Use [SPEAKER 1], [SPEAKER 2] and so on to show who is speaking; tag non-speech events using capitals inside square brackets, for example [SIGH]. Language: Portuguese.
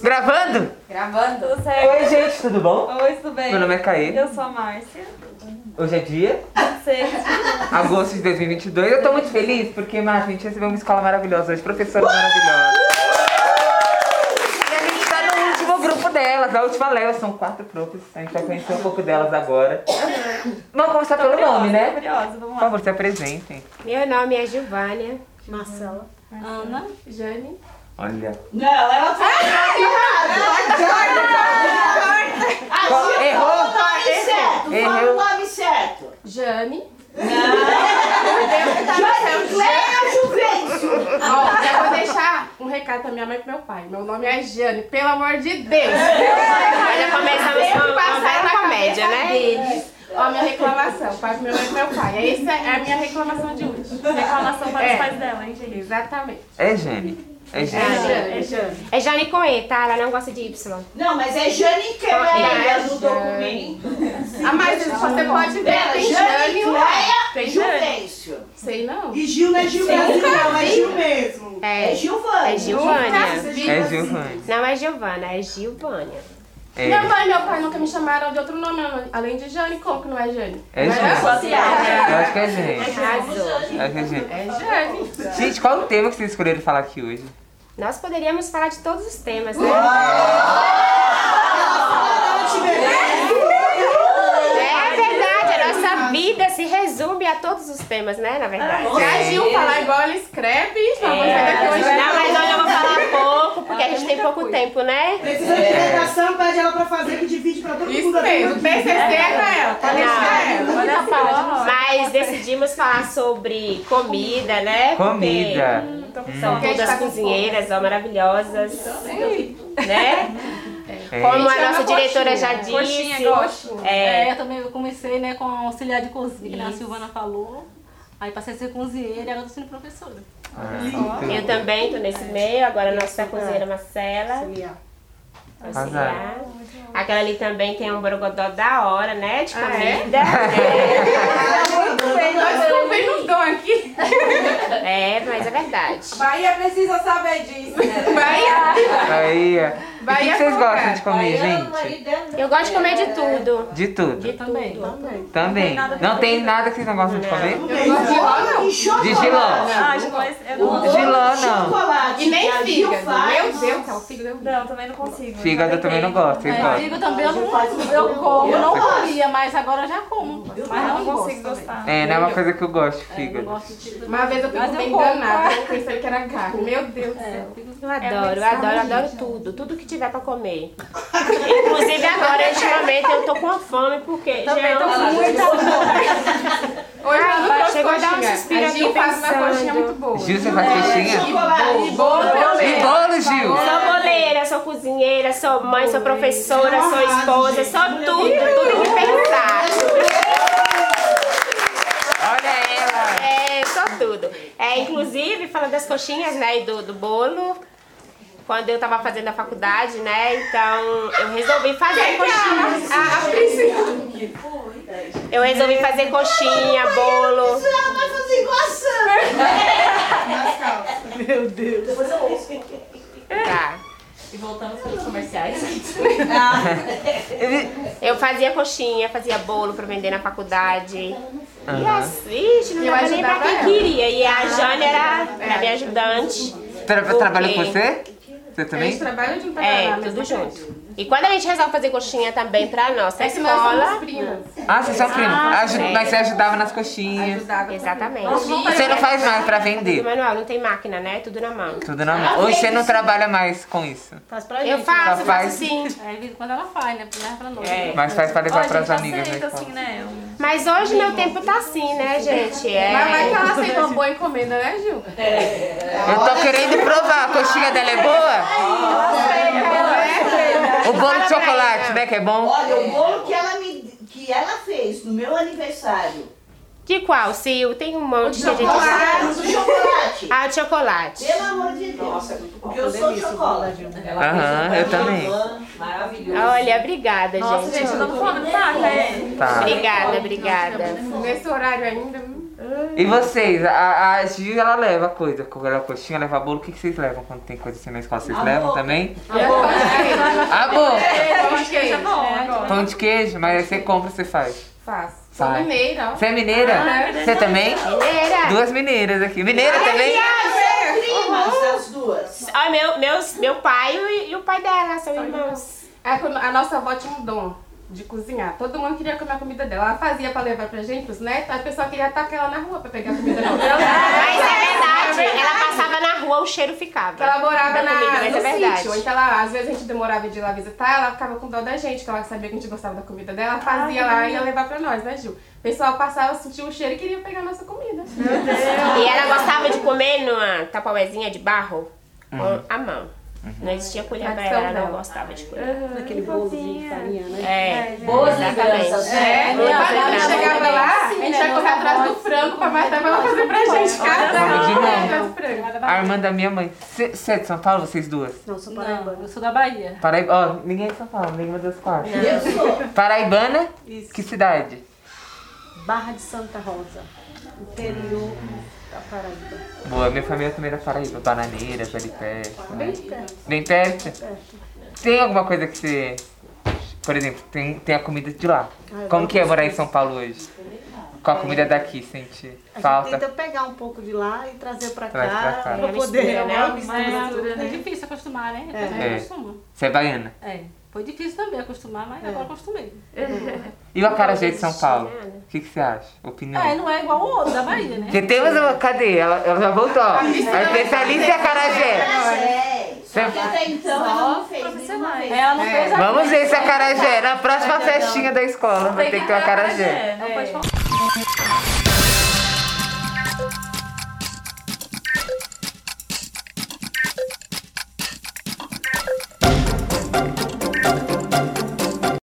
[SPEAKER 1] Gravando?
[SPEAKER 2] Gravando? Tudo
[SPEAKER 1] Oi, gente, tudo bom?
[SPEAKER 2] Oi, tudo bem?
[SPEAKER 1] Meu nome é Caí.
[SPEAKER 2] Eu sou a Márcia.
[SPEAKER 1] Hoje é dia,
[SPEAKER 2] Você.
[SPEAKER 1] agosto de 2022. Eu tô muito feliz porque, Márcia, a gente recebeu uma escola maravilhosa hoje, professora maravilhosa. E a gente tá no último grupo delas, é a última leva, são quatro grupos. A gente vai conhecer um pouco delas agora. Vamos começar pelo nome,
[SPEAKER 2] Tô
[SPEAKER 1] né?
[SPEAKER 2] curiosa, vamos
[SPEAKER 1] Por
[SPEAKER 2] lá.
[SPEAKER 1] favor, se apresentem.
[SPEAKER 3] Meu nome é Giovânia. Marcela.
[SPEAKER 2] Ana.
[SPEAKER 3] Jane.
[SPEAKER 1] Olha.
[SPEAKER 4] Não, tá- leva tudo errado.
[SPEAKER 1] Qual-
[SPEAKER 4] Corta,
[SPEAKER 1] errou?
[SPEAKER 4] Fala o nome certo. Fala
[SPEAKER 1] Errou.
[SPEAKER 4] o nome certo.
[SPEAKER 3] Jane.
[SPEAKER 4] Jane Cleia Juvencio.
[SPEAKER 3] Ó, já vou deixar um recado pra minha mãe e pro meu pai. Meu nome é Jane, pelo amor de Deus. Já começamos com passar na comédia, né? Deles. Ó, minha reclamação para minha mãe e pro meu pai. Essa é a minha reclamação de hoje.
[SPEAKER 2] Reclamação para os
[SPEAKER 3] É.
[SPEAKER 2] pais dela, hein, gente?
[SPEAKER 3] Exatamente.
[SPEAKER 1] É Jane. É Jane.
[SPEAKER 3] É Jane. É Jane com E, tá? Ela não gosta de Y.
[SPEAKER 4] Não, mas é Jane Cleia
[SPEAKER 3] Jane.
[SPEAKER 4] no documento.
[SPEAKER 3] Ah, mas você pode ver,
[SPEAKER 4] Pera,
[SPEAKER 3] tem É Jane
[SPEAKER 4] Jane
[SPEAKER 3] e o
[SPEAKER 4] Cleia
[SPEAKER 3] Tem Jane.
[SPEAKER 4] Juvencio.
[SPEAKER 3] Sei não.
[SPEAKER 4] E Gil não é Gil mesmo, não. É Gil mesmo.
[SPEAKER 3] É.
[SPEAKER 4] É Gilvânia.
[SPEAKER 3] É Gilvânia.
[SPEAKER 1] É Giovanni.
[SPEAKER 3] Não é Giovana, é Gilvânia.
[SPEAKER 1] É,
[SPEAKER 3] Minha mãe e meu pai nunca me chamaram de outro nome além de Jane. Como que não é Jane?
[SPEAKER 1] é
[SPEAKER 3] Não
[SPEAKER 1] Jane.
[SPEAKER 3] associada.
[SPEAKER 1] Eu acho que é Jane.
[SPEAKER 3] Arrasou.
[SPEAKER 1] Acho que é Jane.
[SPEAKER 3] É Jane.
[SPEAKER 1] Gente, qual o tema que vocês escolheram falar aqui hoje?
[SPEAKER 3] Nós poderíamos falar de todos os temas, né? É verdade, a nossa vida se resume a todos os temas, né? Na verdade.
[SPEAKER 2] É.
[SPEAKER 3] Se a Gil falar igual ela escreve, não vai daqui hoje. Não, mas hoje eu vou falar pouco, porque a gente tem pouco tempo, né?
[SPEAKER 4] Precisa de redação, pede ela pra fazer que divide pra todo
[SPEAKER 3] Isso
[SPEAKER 4] mundo.
[SPEAKER 3] mesmo, o
[SPEAKER 4] né?
[SPEAKER 3] TCC é pra ela, tá
[SPEAKER 4] Não.
[SPEAKER 3] ela.
[SPEAKER 2] Olha só.
[SPEAKER 5] Mas decidimos falar sobre comida, né?
[SPEAKER 1] Comida.
[SPEAKER 5] Porque
[SPEAKER 2] Hum.
[SPEAKER 5] são todas cozinheiras, ó, maravilhosas. Né?
[SPEAKER 1] É.
[SPEAKER 5] Como a
[SPEAKER 3] Chama
[SPEAKER 5] nossa diretora já disse.
[SPEAKER 2] Coxinha, gosto.
[SPEAKER 5] É.
[SPEAKER 6] É, eu também eu comecei né, com auxiliar de cozinha, que nem a Silvana falou. Aí passei a ser cozinheira e agora estou sendo professora.
[SPEAKER 1] Então,
[SPEAKER 5] Eu também tô nesse meio, agora a nossa cozinheira Marcela. Auxiliar. Aquela ali também tem um borogodó da hora, né? De
[SPEAKER 3] Ah, é?
[SPEAKER 5] [LAUGHS] comida.
[SPEAKER 3] Nós descobrimos os dons aqui.
[SPEAKER 5] É, mas é verdade.
[SPEAKER 2] Bahia precisa saber disso.
[SPEAKER 3] Vai,
[SPEAKER 1] Aí, é. o que
[SPEAKER 3] Bahia
[SPEAKER 1] que vocês
[SPEAKER 3] folgada.
[SPEAKER 1] gostam de comer, gente?
[SPEAKER 5] Eu gosto de comer de tudo.
[SPEAKER 1] De tudo.
[SPEAKER 6] Também.
[SPEAKER 1] Também. Não tem nada que vocês não gostam de comer?
[SPEAKER 4] E
[SPEAKER 1] De
[SPEAKER 4] chocolate.
[SPEAKER 1] giló.
[SPEAKER 2] Ah, acho que nós- eu não,
[SPEAKER 1] Giló. Giló, não.
[SPEAKER 4] Chocolate.
[SPEAKER 3] e nem
[SPEAKER 4] que a Gil
[SPEAKER 3] fígado.
[SPEAKER 4] faz.
[SPEAKER 3] Meu Deus, o fígado
[SPEAKER 2] não, também não consigo.
[SPEAKER 1] Fígado eu também não gosto. Vocês
[SPEAKER 6] É,
[SPEAKER 1] gostam?
[SPEAKER 6] digo também, eu, não, eu como, eu não comia, mas agora eu já como. Mas
[SPEAKER 2] Não
[SPEAKER 6] não
[SPEAKER 2] consigo
[SPEAKER 6] gosto.
[SPEAKER 2] gostar.
[SPEAKER 1] É, não é uma coisa que eu gosto,
[SPEAKER 6] Não
[SPEAKER 1] fígado.
[SPEAKER 6] gosto de
[SPEAKER 3] Uma vez eu fico
[SPEAKER 6] Mas eu
[SPEAKER 3] bem
[SPEAKER 6] como.
[SPEAKER 3] enganada, eu pensei que era carne. Meu Deus do céu.
[SPEAKER 5] Eu adoro, eu adoro, eu adoro tudo, tudo que tiver pra comer. [LAUGHS] Inclusive agora, ultimamente, eu tô com fome porque já
[SPEAKER 2] tô
[SPEAKER 5] amo
[SPEAKER 2] muito
[SPEAKER 3] Hoje
[SPEAKER 5] Ai,
[SPEAKER 3] ela não trouxe
[SPEAKER 5] chegou a dar um
[SPEAKER 3] coxinha.
[SPEAKER 5] suspiro
[SPEAKER 3] a
[SPEAKER 5] aqui
[SPEAKER 3] Gil faz uma
[SPEAKER 5] pensando.
[SPEAKER 3] coxinha muito boa.
[SPEAKER 1] Gil, você
[SPEAKER 4] É,
[SPEAKER 1] faz coxinha?
[SPEAKER 3] E bolo
[SPEAKER 1] E
[SPEAKER 3] também.
[SPEAKER 1] tipo, é, bolo, Gil?
[SPEAKER 5] Sou boleira, sou cozinheira, sou mãe, sou professora, sou esposa, sou tudo, tudo que pensar.
[SPEAKER 1] Olha ela.
[SPEAKER 5] É, sou tudo. É, inclusive, falando das coxinhas, né, e do, do bolo, quando eu tava fazendo a faculdade, né, então eu resolvi fazer coxinha. Ah,
[SPEAKER 3] A, a principal.
[SPEAKER 5] Eu resolvi fazer coxinha, bolo.
[SPEAKER 4] Ela vai fazer igual a Sandra. Meu Deus.
[SPEAKER 5] Tá.
[SPEAKER 6] E voltamos para os comerciais.
[SPEAKER 5] Eu fazia coxinha, fazia bolo pra vender na faculdade. E
[SPEAKER 1] Aham.
[SPEAKER 5] as, vixe, não
[SPEAKER 3] Eu
[SPEAKER 5] dava nem pra
[SPEAKER 3] ajudava
[SPEAKER 5] quem
[SPEAKER 3] ela.
[SPEAKER 5] queria. E a Jane era, era minha ajudante.
[SPEAKER 1] Tra-
[SPEAKER 5] Por quê?
[SPEAKER 1] Trabalha com você? Você
[SPEAKER 3] A gente
[SPEAKER 1] também?
[SPEAKER 3] trabalha junto
[SPEAKER 5] É,
[SPEAKER 3] agora,
[SPEAKER 5] tudo
[SPEAKER 3] mesma
[SPEAKER 5] junto. E quando a gente resolve fazer coxinha também pra nossa
[SPEAKER 3] É que nós somos
[SPEAKER 5] escola.
[SPEAKER 3] primas.
[SPEAKER 1] Ah, vocês são primos. Aju-
[SPEAKER 5] sim.
[SPEAKER 1] Mas você ajudava nas coxinhas.
[SPEAKER 3] Ajudava. Uhum.
[SPEAKER 5] Exatamente.
[SPEAKER 1] Você não faz mais pra
[SPEAKER 5] E,
[SPEAKER 1] vender.
[SPEAKER 5] Manuel, não tem máquina, né? Tudo na mão.
[SPEAKER 1] Tudo na mão. Hoje você não trabalha mais com isso.
[SPEAKER 6] Faz pra gente.
[SPEAKER 5] Eu faço, assim.
[SPEAKER 1] Só faz.
[SPEAKER 5] faço sim.
[SPEAKER 6] É, quando ela faz, né? Leva pra nós.
[SPEAKER 5] É.
[SPEAKER 1] Mas faz pra levar
[SPEAKER 2] Ó,
[SPEAKER 1] pras
[SPEAKER 2] gente,
[SPEAKER 1] amigas.
[SPEAKER 2] aceita,
[SPEAKER 1] né, que
[SPEAKER 2] assim, né? Um-
[SPEAKER 5] Mas hoje meu tempo tá assim, né, gente? É.
[SPEAKER 3] Mas vai que
[SPEAKER 5] [LAUGHS]
[SPEAKER 3] ela aceita uma boa encomenda, né, Gil?
[SPEAKER 1] Eu tô querendo provar, a coxinha dela é boa?
[SPEAKER 2] Tá né?
[SPEAKER 1] O bolo de chocolate, né, que é bom?
[SPEAKER 4] Olha, o bolo que ela, me, que ela fez no meu aniversário.
[SPEAKER 5] De qual, Sil? Tem um monte de gente.
[SPEAKER 4] Chocolate, do chocolate.
[SPEAKER 5] Ah, de chocolate.
[SPEAKER 4] Pelo amor de Deus.
[SPEAKER 7] Nossa, é muito bom.
[SPEAKER 4] Porque eu sou chocolate.
[SPEAKER 7] Ela
[SPEAKER 1] Aham,
[SPEAKER 7] fez
[SPEAKER 1] Ah, eu
[SPEAKER 7] um
[SPEAKER 1] também.
[SPEAKER 7] pan de Maravilhoso.
[SPEAKER 5] Olha, obrigada,
[SPEAKER 2] Nossa, gente, eu tô com fome, tá, velho?
[SPEAKER 1] Tá.
[SPEAKER 5] Obrigada, obrigada.
[SPEAKER 3] Nesse horário ainda. hum.
[SPEAKER 1] E vocês? A, a Gil, ela leva coisa. Ela coxinha, leva bolo. O que, que vocês levam quando tem coisa assim na escola? Vocês
[SPEAKER 7] A
[SPEAKER 1] levam
[SPEAKER 7] boca.
[SPEAKER 1] também?
[SPEAKER 5] Tá [LAUGHS]
[SPEAKER 1] Ah, bom.
[SPEAKER 2] Eu acho que é bom agora.
[SPEAKER 1] Pão de queijo, mas aí você compra, você faz.
[SPEAKER 3] Faço. Sou
[SPEAKER 1] Vai.
[SPEAKER 3] mineira, ó.
[SPEAKER 1] Você é mineira? Você também?
[SPEAKER 5] Mineira!
[SPEAKER 1] Duas mineiras aqui. Mineira também?
[SPEAKER 4] Primas das duas.
[SPEAKER 5] Ah, meu, meus, meu pai e, e o pai dela são irmãos.
[SPEAKER 3] A, com- é a nossa avó tinha um dom de cozinhar. Todo mundo queria comer a comida dela. Ela fazia pra levar pra gente, os netos. A pessoa queria atacar ela na rua pra pegar a comida
[SPEAKER 5] [LAUGHS]
[SPEAKER 3] dela.
[SPEAKER 5] Mas é verdade, ela passava na rua, o cheiro ficava.
[SPEAKER 3] Ela morava na,
[SPEAKER 5] comida, mas
[SPEAKER 3] no
[SPEAKER 5] é verdade.
[SPEAKER 3] sítio, então ela, às vezes a gente demorava de ir lá visitar, ela ficava com dó da gente, porque ela sabia que a gente gostava da comida dela, ela fazia lá e ia levar pra nós, né, Gil? O pessoal passava, sentia o cheiro e queria pegar a nossa comida. então.
[SPEAKER 5] E ela gostava de comer numa tapauezinha de barro com a mão. Não existia colher pra ela, ela não gostava de
[SPEAKER 3] Uhum.
[SPEAKER 5] colher.
[SPEAKER 6] Aquele bolozinho de farinha, né?
[SPEAKER 5] É,
[SPEAKER 7] Boas
[SPEAKER 5] exatamente.
[SPEAKER 7] lembranças,
[SPEAKER 3] É,
[SPEAKER 7] né?
[SPEAKER 3] quando a gente
[SPEAKER 5] legal.
[SPEAKER 3] chegava lá, a
[SPEAKER 6] né,
[SPEAKER 3] gente ia correr atrás do frango pra matar pra ela fazer pra gente. Cada
[SPEAKER 1] Não, de
[SPEAKER 3] um corria
[SPEAKER 1] novo.
[SPEAKER 3] atrás do frango.
[SPEAKER 1] A irmã da minha mãe. Você é de São Paulo, vocês duas?
[SPEAKER 6] Não, sou paraibana, eu sou da Bahia.
[SPEAKER 1] Paraíba. Ó, ninguém é de São Paulo, nenhuma das quatro.
[SPEAKER 4] Eu sou.
[SPEAKER 1] Paraibana? Que cidade?
[SPEAKER 6] Barra de Santa Rosa, interior da Paraíba.
[SPEAKER 1] Boa, minha família também é da Paraíba. Bananeiras, ali perto. Né? Bem perto. Tem alguma coisa que você. Por exemplo, tem, tem a comida de lá.
[SPEAKER 8] Ah,
[SPEAKER 1] Como que é morar em São Paulo hoje? Com a comida daqui, sente
[SPEAKER 8] A gente
[SPEAKER 1] falta?
[SPEAKER 8] tenta pegar um pouco de lá e trazer pra
[SPEAKER 1] Traz pra
[SPEAKER 8] cá,
[SPEAKER 1] cá.
[SPEAKER 8] pra
[SPEAKER 5] É uma
[SPEAKER 8] poder.
[SPEAKER 5] mistura, né?
[SPEAKER 8] uma mistura.
[SPEAKER 3] né?
[SPEAKER 6] É difícil acostumar, né? Eu também
[SPEAKER 1] É.
[SPEAKER 6] acostumo.
[SPEAKER 1] Você é baiana.
[SPEAKER 6] É. Foi difícil também acostumar, mas agora acostumei.
[SPEAKER 1] E o acarajé de São Paulo? O que, que você acha? Opinião?
[SPEAKER 6] É, não é igual o outro da Bahia, né?
[SPEAKER 1] Porque temos uma. Cadê? Ela, ela já voltou. ó. A especialista é acarajé.
[SPEAKER 4] É,
[SPEAKER 1] Você-
[SPEAKER 4] até então ela não fez nenhuma vez.
[SPEAKER 6] Ela não
[SPEAKER 2] É.
[SPEAKER 6] fez a
[SPEAKER 1] Vamos ver esse
[SPEAKER 2] é.
[SPEAKER 1] acarajé. Na próxima festinha da escola vai ter que ter o acarajé.
[SPEAKER 6] Não pode falar.